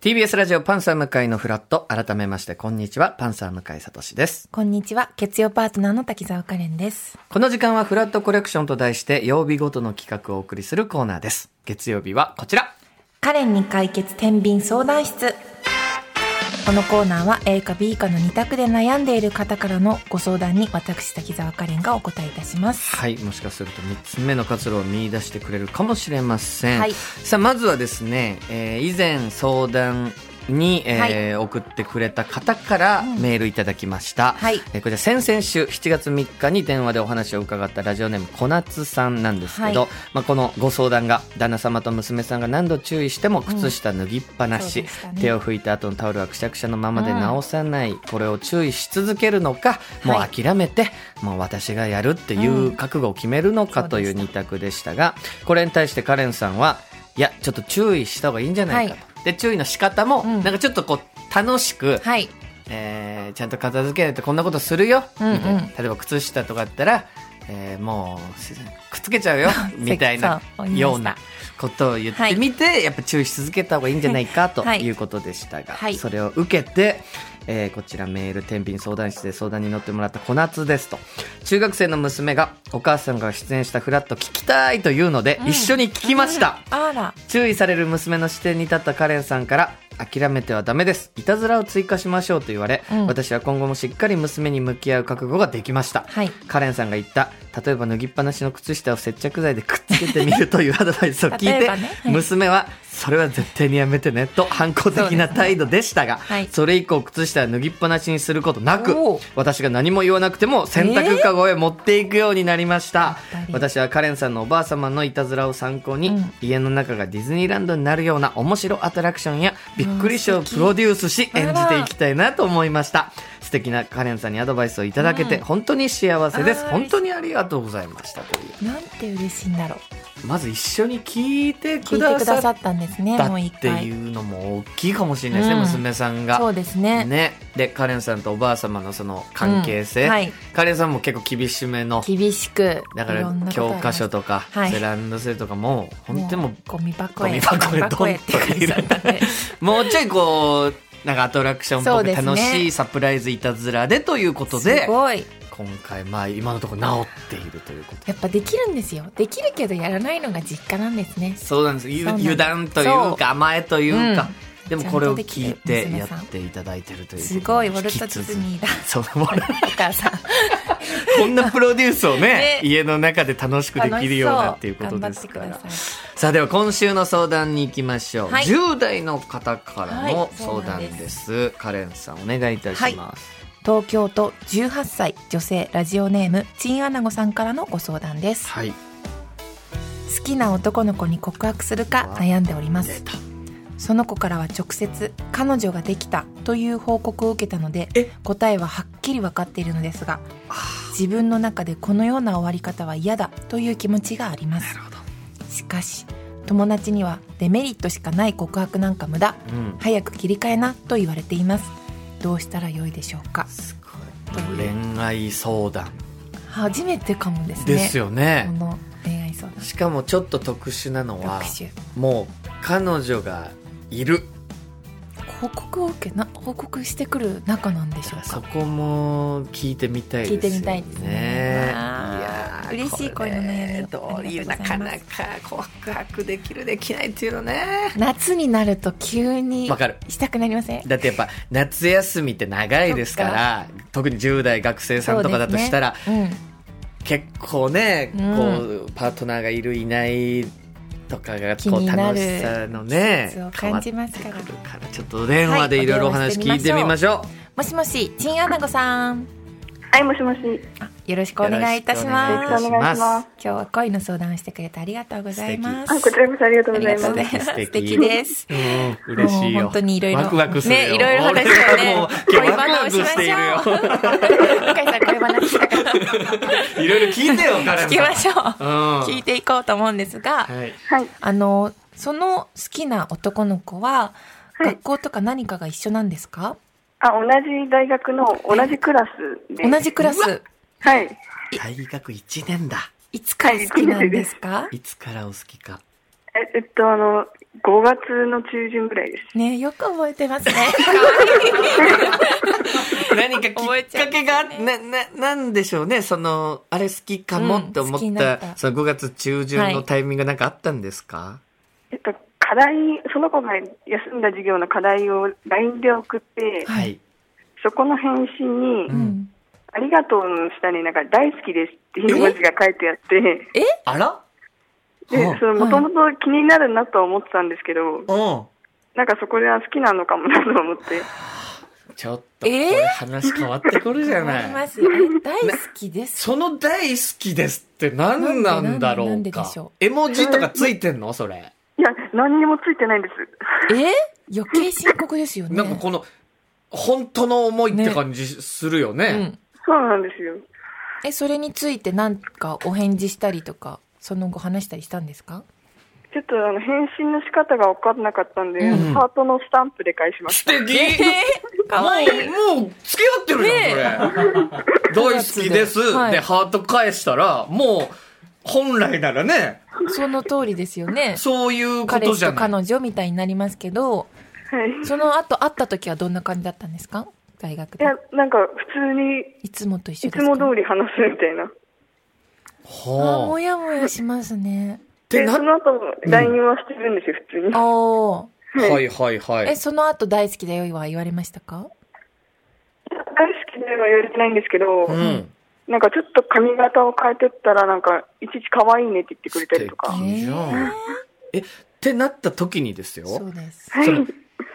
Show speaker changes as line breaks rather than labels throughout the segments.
TBS ラジオパンサー向井のフラット。改めまして、こんにちは。パンサー向井聡です。
こんにちは。月曜パートナーの滝沢カレンです。
この時間はフラットコレクションと題して、曜日ごとの企画をお送りするコーナーです。月曜日はこちら。
カレンに解決天秤相談室。このコーナーは A か B かの2択で悩んでいる方からのご相談に私滝沢カレンがお答えいたします。
はい。もしかすると3つ目の活路を見出してくれるかもしれません。
はい
さあ、まずはですね、えー以前相談に、えー送ってくれた方からメールいただきました。
はい。
えーこちら先々週7月3日に電話でお話を伺ったラジオネーム小夏さんなんですけど、
はい
まあ、このご相談が旦那様と娘さんが何度注意しても靴下脱ぎっぱなし、
うんそうでしたね
手を拭いた後のタオルはくしゃくしゃのままで
うん
直さない、これを注意し続けるのかもう
はい
諦めて、もう私がやるっていう覚悟を決めるのかという2択でしたがこれに対してカレンさんはいやちょっと注意した方がいいんじゃないかと。で注意の仕方も、
うん
なんかちょっとこう楽しく、
はい。
えーちゃんと片付けないとこんなことするよ、
うんうん
みたいな例えば靴下とかだったら、えーもうすくっつけちゃう よみたいな
そう思いました
ようなことを言ってみて、やっぱ注意し続けた方がいいんじゃないかと
はい
いうことでしたが、
はい
それを受けて、えーこちらメール天秤相談室で相談に乗ってもらった小夏ですと中学生の娘がお母さんが出演した「フラット聞きたい」というので、
うん
一緒に聞きました。
あら。
注意される娘の視点に立ったカレンさんから諦めてはダメですいたずらを追加しましょうと言われ、
うん
私は今後もしっかり娘に向き合う覚悟ができました
はい。
カレンさんが言った例えば脱ぎっぱなしの靴下を接着剤でくっつけてみるというアドバイスを聞い
例え
て、
ばねはい
娘はそれは絶対にやめてねと反抗的な態度でしたがそ,、
はい
れ以降靴下は脱ぎっぱなしにすることなく
おー
私が何も言わなくても洗濯かごへ持っていくようになりました、
えーやっぱり
私はカレンさんのおばあ様のいたずらを参考に、
うん
家の中がディズニーランドになるような面白アトラクションやびっくりショーを
うん素敵
プロデュースし
あら
演じていきたいなと思いました素敵なカレンさんにアドバイスをいただけて
うん
本当に幸せです、
あー
本当にありがとうございましたとい
なんて嬉しいんだろう。
うまず一緒に聞いて
聞
く
いて
だ
くだ
さ
さ
っ
ったんですね。
た
もう
っ
一
て
回。
いうのも大きいかもしれないですね、
うん
娘さん
そう
が。
ですね。
ね、でカレンさんとおばあ様のその関係性、
うんはい。
カレンさんも結構厳しめの
厳しく。
だか
いろ
ら
んなこと
教
がありま
科
した
書とか、
はい
セランドセルとかも本当にもう
ゴミ箱へ
ゴミ箱へ
へって感じだったんで
もうちょいこうなんかアトラクションっぽ
そう
く
ですね
楽しいサプライズいたずらでということ
す
で
ごい
今回まあ今のところ治っているということ
やっぱできるんですよできるけどやらないのが実家なんですね
そうなんですゆ
そうなんです
油断という
そ
か甘えというか、でもこれを
ち
聞
ゃ
い
んと
て
できる
や
娘さん
っていただいてるという
すごいウ
ことで
ォル
引
ト・
き
ディ
続
ズ
き
ニーだ
そう ウォル
お母さん
こんなプロデュースをね
ね
家の中で楽しくで
楽
きる
し
よ
そうう
なっていうこと
頑張
で
っ
す
て
か
く
ら
ださ
さあでは今週の相談に行きましょう、
はい
10代の方から
は
の
い
相談です,、カレンさんお願いいたします
い東京都18歳女性ラジオネームチンアナゴさんからのご相談です
はい、
好きな男の子に告白するか悩んでおりま
出
す
た
その子からは直接彼女ができたという報告を受けたので
え
答えははっきり分かっているのですが
あ
自分の中でこのような終わり方は嫌だという気持ちがありま
な
す
るほど、
しかし友達にはデメリットしかない告白なんか無駄
うん、
早く切り替えなと言われていますどうしたらよいでしょうか
すごい恋愛相談
初めてかもですね
ですよ
こ
ね
の恋愛相談
しかもちょっと特殊なのは
特集
もう彼女がいる
報告を受けな報告してくる仲なんで
だ
し
か
ょ
ら
う
そ
か
こも聞いてみたいですよ
聞
ね
いてみたいですね
い
わあ
やー
嬉しい
これ
恋の悩みを
どういう
あ
なか
りがとうご
な
ざ
か
いま
告白できるできないっていうのね
夏になると急に
わかる
したくなりません
だってやっぱ夏休みって長いですから特に10代学生さんとかだとしたら、
そうですね
結構ね、
うん
こうパートナーがいるいないとかが
気
こう
にな
楽
る
しさの
うん、
ね
そう感じますか
変わ
ら
ってくるからちょっとお電話でいろいろお話聞いてみましょう,、
もしもしチンアナゴさん
はい、もしもし。よ
あよろしくお願いいたし
よ
ろ
ま
し
す
くお願いしま
今
す。
日は恋の相談をしてくれてありがとうございま
あ、
す
こちらこそありがとう
あり
ござい
が
ま
とう
す
ござ。います。素 敵です。
うん嬉しい
もう
よ
本当にいろいろ。
ワクワクするよ、
ね、いろいろ話して
俺
ね。
はもう今日ワクワクしているよ
恋バナをしましょう。向井さん、恋バナ聞きたから
いろいろ聞いてよカレンさん
聞き ましょう。
うん
聞いていこうと思うんですが、
はい、
はい。
あの、その好きな男の子は、
い
学校とか何かが一緒なんですか
あ、同じ大学の同じクラスで。
同じクラ
う
ス、
はい。
大学1年だ
いつから好きなんですか
いつからお好きか
ええっと、あの、5月の中旬ぐらいです。
ねよく覚えて ますね。
何かきっかけが、な、な、なんでしょうね。その、あれ好きかもって思
うん好きに
っ
な
た、
った
その5月中旬のタイミングなんかあったんですか、
えっと、課題、その子が休んだ授業の課題を LINE で送って、
はい
い。
そこの返信に、
うん
うん
ありがとうの下になんか大好きですっていう文字が書いてあって、
あら
で、その
はい
もともと気になるなとは思ってたんですけど、
うん。
なんかそこでは好きなのかもなと思って、
ちょっと、こ
えー
れ話変わってくるじゃ
思い
な
ま
い。
すよね大好きです。
その大好きですって何なんだろ
なん
う
でなんで
か
でしょう。
絵文字とかついてんのそれ。
いや、何にもついてないんです。
え余計深刻ですよね。
なんかこの、本当の思いって感じするよね。
うん。
そうなんですよ。
え、それについてなんかお返事したりとか、その後話したりしたんですか
ちょっとあの返信の仕方が分かんなかったんで、
うん
ハートのスタンプで返しま し
素
た。
敵、
かわいい。
もう、もう付き合ってるじゃん、 それ。大好きです。
はい
で、ハート返したら、もう、本来ならね、
その通りですよね。
そういうこ
彼
と
氏
じゃ
と
ない。
彼女みたいになりますけど、
はい。い
その後会った時はどんな感じだったんですか大学で
や。、なんか普通に、
いつもと一緒
い
で
つ
すか
も通り話すみたいな。
あー
ほ
も
う。っ
やもやしますね。
て
で、
な
そ、の後も LINE はしてるんですよ、普通に。
おー。
はいはいは
え、
い。
その後大好きだよは言われましたか
大好きでは言われてないんですけど、
うん。
なんかちょっと髪型を変えてったら、なんか、いちいち可愛いねって言ってくれたりと
あ
か。
素じゃんえ、ってなった時にです
えーそ
よ。
うです。
はい。
それ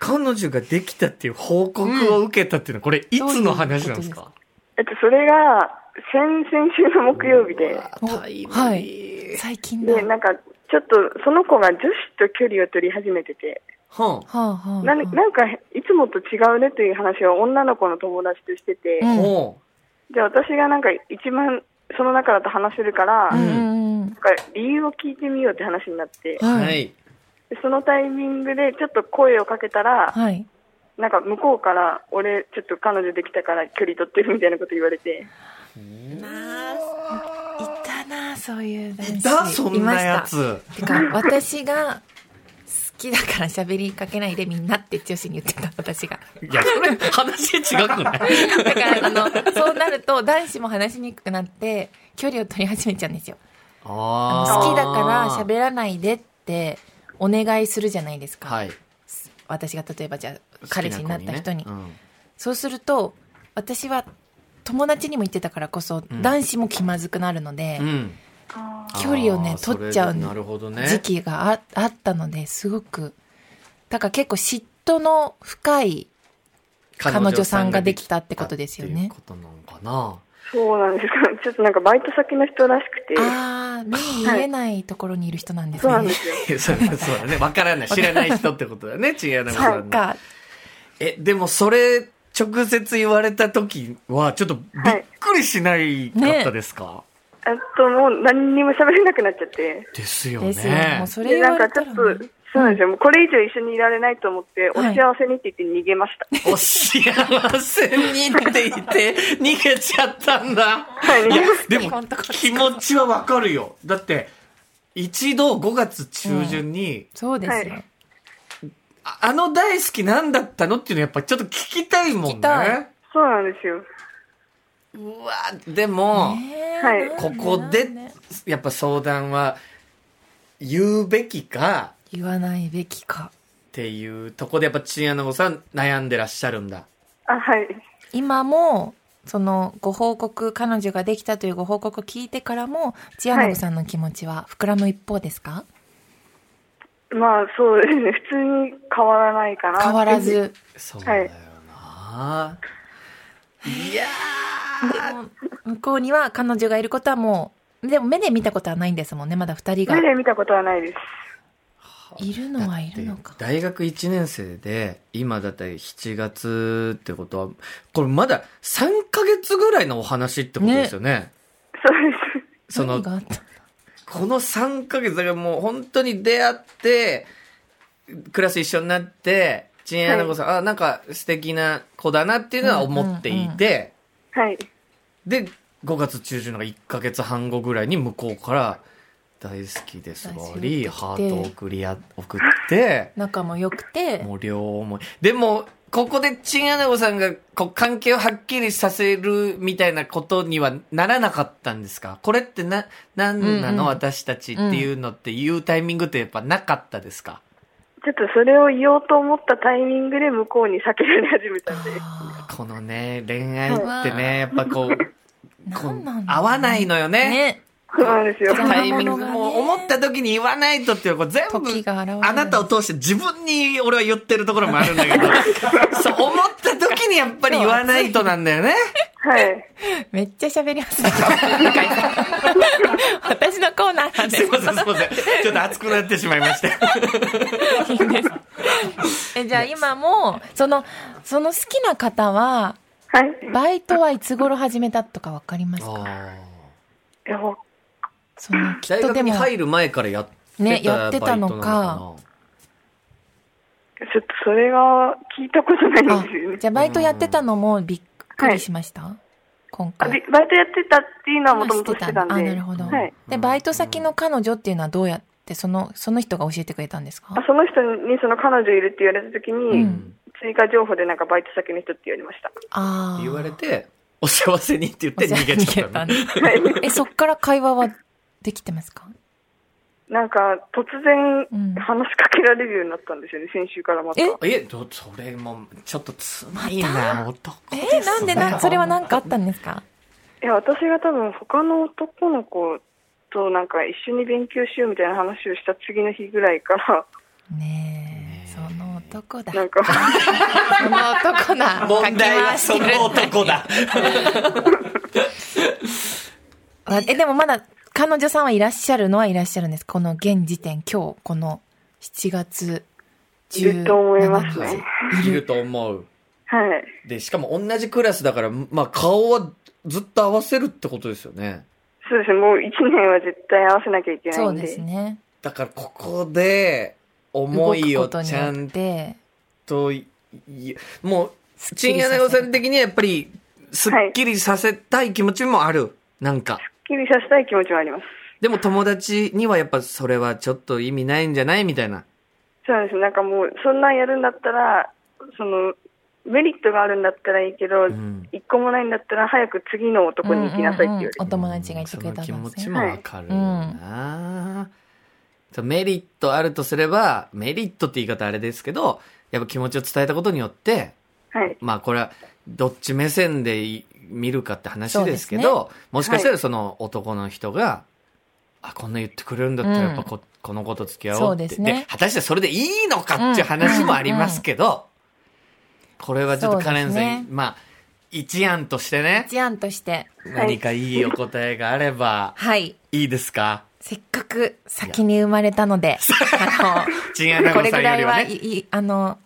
彼女ができたっていう報告を受けたっていうのは、これいつの話なんですか
えっと、それが、先々週の木曜日で、
あ
どういうこと
タイムリー
はい。最近だ。
で、
は
なんか、ちょっと、その子が女子と距離を取り始めてて、
は
あはあ。
なんなんか、いつもと違うねという話を女の子の友達としてて、
あ。
うん
ほ
で、私がなんか、一番、その中だと話せるから、
う
うんん
うんうん。
なんか理由を聞いてみようって話になって、
う。
は。
はいい。
でそのタイミングでちょっと声をかけたら、
はい。
なんか向こうから、俺、ちょっと彼女できたから距離取ってるみたいなこと言われて、
いたなそういう男子。
いたそんなや
いま
つ。
した。てか、私が、好きだから喋りかけないでみんなって女子に言ってた、私が。
いや、それ話違くない
だから、あの、そうなると男子も話しにくくなって、距離を取り始めちゃうんですよ。あの
あ
好きだか
る。
ら喋らないでって、お願いするじゃないですか。
はい。
私が例えばじゃあ、彼氏になった人に。
好きな子ね
そうすると、私は友達にも言ってたからこそ、
ん
男子も気まずくなるので、
うんうん
距離をね
あー
取っちゃ
そ
う
れでなるほどね。
時期がああったのですごくだから結構嫉妬の深い彼女さんができたってことですよね
っていうことなのかな。
そうなんですか。 ちょっとなんかバイト先の人らしくて、
ああ目に見えないところにいる人なんです
そう
ね、
なんです よ。
そうだね。わからない。知らない人ってことだね。違うな
そっか
え、でもそれ、直接言われた時は、ちょっとびっくりしないかったですか、
えっと、もう何にも喋れなくなっちゃって。
ですよね。
ですよもうそれ
で、
言
な
わ
んか
れ
ちょ
た
っ
ら
と、
ね、
そうなんですよ。もうこれ以上一緒にいられないと思って、お
はい
幸せにって言って逃げました。
お幸せにって言って逃げちゃったんだ。
はい
いやで
今
も
のところ
気持ちはわかるよ。だって、一度5月中旬に、
そうですよ、
はい
ああの大好きなんだったのっていうのやっぱちょっと聞きたいも
聞き
ん
たい
ね。
そうなんですよ。
うわ、でも、
ねえ
はい
ここで
なんね、
やっぱ相談は言うべきか
言わないべきか
っていうとこでやっぱチンアナゴさん悩んでらっしゃるんだ。
あ、はい。
今もそのご報告彼女ができたというご報告を聞いてからも千谷さんの気持ちは膨らむ一方ですか、
まあそうですね。普通に変わらないかな。
変わら。ず
そうだよな。い、や
向こうには彼女がいることはもうでも目で見たことはないんですもんねまだ二人が
目で見たことはないです。
いる
ー
のはいるの
だ
か
って大学1年生で、今だって7月ってことは、これまだ3ヶ月ぐらいのお話ってことですよね。
そうです。
その
何があった
この3ヶ月だからもう本当に出会って、クラス一緒になって、チンアナゴさん、あ、なんか素敵な子だなっていうのは思っていて、
はい。
で、5月中旬の1ヶ月半後ぐらいに向こうから、大好きです
ラジオ
わり、
送って
ハートを送りや、送って、
仲も良くて
もう両思い。でも、ここでチンアナゴさんがこう関係をはっきりさせるみたいなことにはならなかったんですかこれってな、なんなの、
うんうん
私たちっていうのっていうタイミングってやっぱなかったですか
ちょっとそれを言おうと思ったタイミングで向こうに叫ばれ始めたんで、
あ
このね、恋愛ってね、やっぱこう、
ー
こ
なん
う
なんだ
合わないのよね。
ね
そうなんですよ。
タイミング、
邪魔者がね
もう思った時に言わないとっていう、こう全部
時が現れる
あなたを通して自分に俺は言ってるところもあるんだ けど、そう思った時にやっぱり言わないとなんだよね。
はい。
めっちゃ喋り ますね私のコーナーなんです
いま せん、すいません。ちょっと熱くなってしまいま して。
えじゃあ今もそのその好きな方は
はい。
バイトはいつ頃始めたとかわかりますか
でも
そのきっ
大
と
学
で
に
も
入る前からやってた、
ねやってたのか
バイトなのか
ちょっとそれが聞いたことないん
あ
ですよね。
じゃあバイトやってたのもびっくりしました、今
あ
回
でバイトやってたっていうのはもともとし
あ
てたんで。
あなるほど、
はい。
でバイト先の彼女っていうのはどうやってそのその人が教えてくれたんですか
あその人にその彼女いるって言われた時に、
うん
追加情報でなんかバイト先の人って言われました。
あ
な
あ
言われて、お幸せにって言って逃げちゃったの。
えそっから会話はできてますか
なんか突然
うん
話しかけられるようになったんですよね、先週からまた。
え
え、どそれも、ちょっとつまいな、男
え
ですね
ーなんでなそれは何かあったんですか
いや私が多分他の男の子となんか一緒に勉強しようみたいな話をした次の日ぐらいから
ね
ね
え
え
その男だ
なんか
その男だ
問題はそ
かき回してる
の男だ。
あえでもまだ彼女さんはいらっしゃるのはいらっしゃるんですこの現時点今日この7月
いると思いますね
いると思う。
はい
で、しかも同じクラスだから、まあ顔はずっと合わせるってことですよね。
そうですねもう1年は絶対合わせなきゃいけない
そうん
で
ですね
だからここで、
動
思い
くこ
を
とに
ち
よ
ゃ
っ
ん
て
とい、いもう、
すっき
チン
り
ア
さ
ナ
せる
ゴさん的にはやっぱり、すっきりさせたい気持ちもある。なんか。
気にさせたい気持ちもあります
でも友達にはやっぱそれはちょっと意味ないんじゃないみたいな。
そうなんですなんかもうそんなんやるんだったらそのメリットがあるんだったらいいけど、
ん
一個もないんだったら早く次の男に行きなさいって言
うんう
われて、
んうんお友達がいてくれたんです
そ
ね
の気持ちもわかるよな、メリットあるとすればメリットって言い方あれですけどやっぱ気持ちを伝えたことによって
はい
まあこれはどっち目線でい見るかって話ですけどもしかしたらその男の人が、あこんな言ってくれるんだったらやっぱこ,、この子と付き合おうって
そうですね
で果たしてそれでいいのかっていう話もありますけど、これはちょっとカレン
そう
さ
で
ん、
すね
まあ一案としてね
一案として
何かいいお答えがあれば、
はい
いいですか
せっかく先に生まれたの であ
チンアナ
のこ
ゴ
れ
さ
ぐ
んよ
ら
り
い
は
は
ね。
いいあの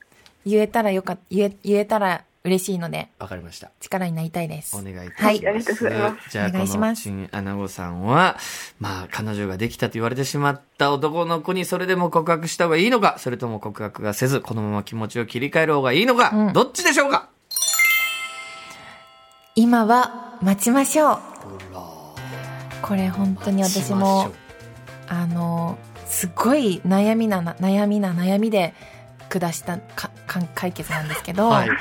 言えたらよか言え言えたら嬉しいので
わかりました。
力になりたいです
お願いいたします。
はい
ありがとうございま
じゃあ、
お願いし
こ
ま
の
す
チンアナゴさんは、まあ、彼女ができたと言われてしまった男の子にそれでも告白した方がいいのか、それとも告白がせず、このまま気持ちを切り替える方がいいのか、
うん
どっちでしょうか
今は待ちましょう
ほ
これ本当に私もあのすごい悩みなな悩みな悩みで下したかか解決なんですけど、
はい
あ。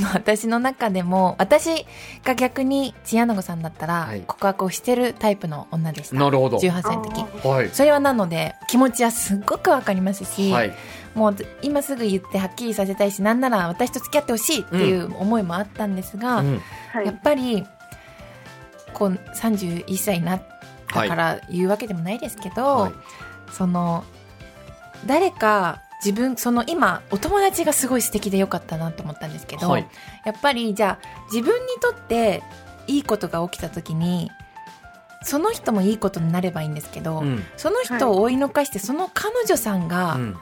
の私の中でも私が逆に千アナゴさんだったら
はい
告白をしてるタイプの女でした、
なるほど。
18歳の時
はい。
それはなので気持ちはすっごくわかりますし、
はい。
もう今すぐ言ってはっきりさせたいしなんなら私と付き合ってほしいっていう思いもあったんですが、
うん
はい
やっぱりこう31歳になったから言うわけでもないですけど、
はい
その誰か自分その今お友達がすごい素敵でよかったなと思ったんですけど、
はい
やっぱりじゃあ自分にとっていいことが起きた時にその人もいいことになればいいんですけど、
うん
その人を追い抜かしてその彼女さんが、
うん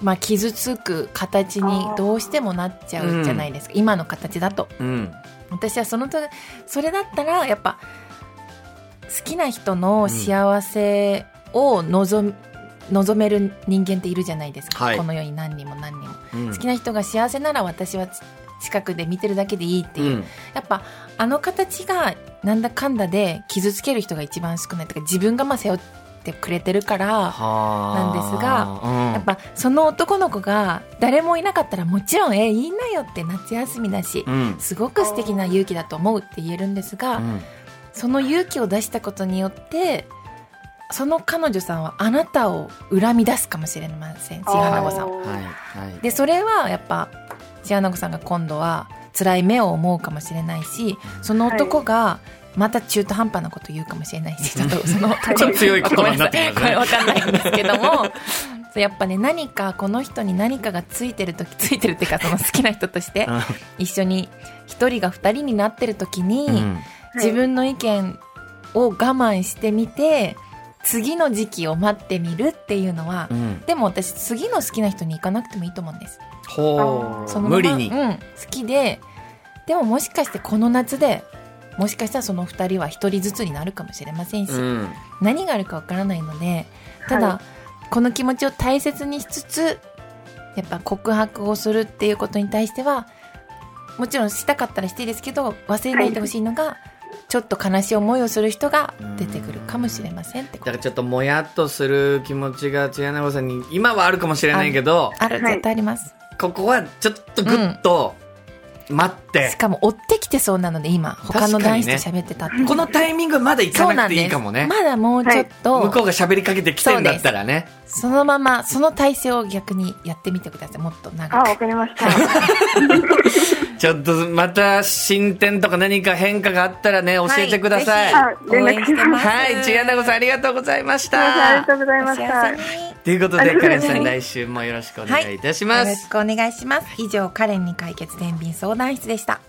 まあ、傷つく形にどうしてもなっちゃうじゃないですか、今の形だと。
うん。
私はそのとそれだったらやっぱ好きな人の幸せを望,、望める人間っているじゃないですか、
はい
この世に何人も何人も、
うん
好きな人が幸せなら私はち近くで見てるだけでいいっていう、
うん
やっぱあの形がなんだかんだで傷つける人が一番少ないとか自分がまあ背負ってくれてるから、
はあ
なんですが、
うん
やっぱその男の子が誰もいなかったらもちろん、え、いいなよって夏休みだし
う、ん
すごく素敵な勇気だと思うって言えるんですが、
うん
その勇気を出したことによって、その彼女さんはあなたを恨み出すかもしれません、ちはなこさんを。
はいはい
でそれはやっぱ千花子さんが今度は辛い目を思うかもしれないしその男がまた中途半端なこと言うかもしれないし、ちょっとその
ちょっと強い言
ご
葉
めん
にな
な
っ
さ
てき
いこ
ます
れ
ね
わかんないんですけどもそうやっぱね何かこの人に何かがついてる時ついてるっていうかその好きな人として一緒に一人が二人になってる時に、
うん
自分の意見を我慢してみて次の時期を待ってみるっていうのは、
うん
でも私次の好きな人に行かなくてもいいと思うんです
ほ
そうのまま
無理に
うん、好きででももしかしてこの夏でもしかしたらその2人は1人ずつになるかもしれませんし、
うん
何があるかわからないのでただ、
は
この気持ちを大切にしつつやっぱ告白をするっていうことに対してはもちろんしたかったらしていいですけど忘れないでほしいのが、ちょっと悲しい思いをする人が出てくるかもしれませんってこ
だから
と
ちょっともやっとする気持ちが千奈子さんに今はあるかもしれないけど
ある
はい
絶対あります、
ここはちょっとぐっと待って
し、かも追ってきてそうなので今他の
確か
男
に
子
ね
と喋ってたって
このタイミングはまだ行
そ
か
うな
なんくてい
で
い
す。
かもね
まだもうちょっと、
向こうが喋りかけてきてんだったらね
そのまま、その体勢を逆にやってみてください。もっと
あ、
長
わ
く。
かりました。は、
ちょっとまた進展とか何か変化があったらね教えてください
は
はい
連絡します。
い千奈子さんありがとうございまし
すいませんありが
た
とうござい
お
ました。
幸せ
は
に。
ということ
あり
で
がと
カ
うござ
レ
い
ン
ます
さん来週もよろしくお願いいたしま
よ
す、
ろしくお願いします。以上、カレンに解決天秤相談室でした。